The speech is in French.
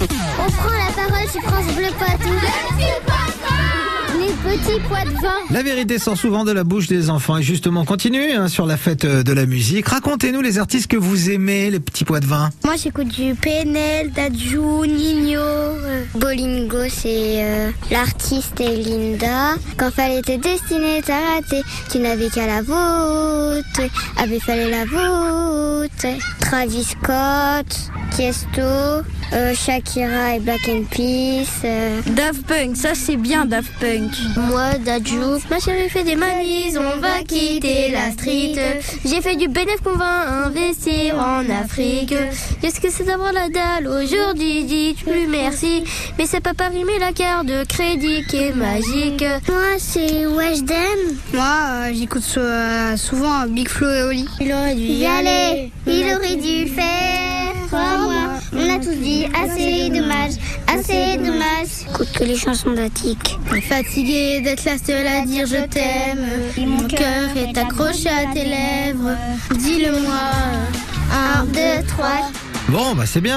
On prend la parole sur France Bleu Poitou. Les petits poids de vin. La vérité sort souvent de la bouche des enfants. Et justement, on continue hein, sur la fête euh, de la musique. Racontez-nous les artistes que vous aimez, les petits poids de vin. Moi, j'écoute du Penel, Dadju, Nino. euh, Bolingo, c'est euh, l'artiste et Linda. Quand fallait te destiner, t'as raté. Tu n'avais qu'à la voûte. Avait fallu la voûte. Travis Scott, Tiesto, euh, Shakira et Black and Peace. euh, Daft Punk, ça c'est bien Daft Punk. Moi, Dadju, ma chérie fait des manies, on va quitter la street. J'ai fait du bénéf qu'on va investir en Afrique. Qu'est-ce que c'est d'avoir la dalle aujourd'hui Dites plus merci. Mais c'est pas Paris, mais la carte de crédit qui est magique. Moi, c'est Weshden. Moi, euh, j'écoute euh, souvent Big Flo et Oli. Il aurait dû y aller, il aurait dû faire. Trois mois, on a tous dit assez dommage, assez dommage. Écoute que les chansons d'Attic. Fatigué d'être la seule à dire je t'aime. Mon cœur est accroché à tes lèvres. Dis-le-moi. Un, deux, trois. Bon, bah c'est bien.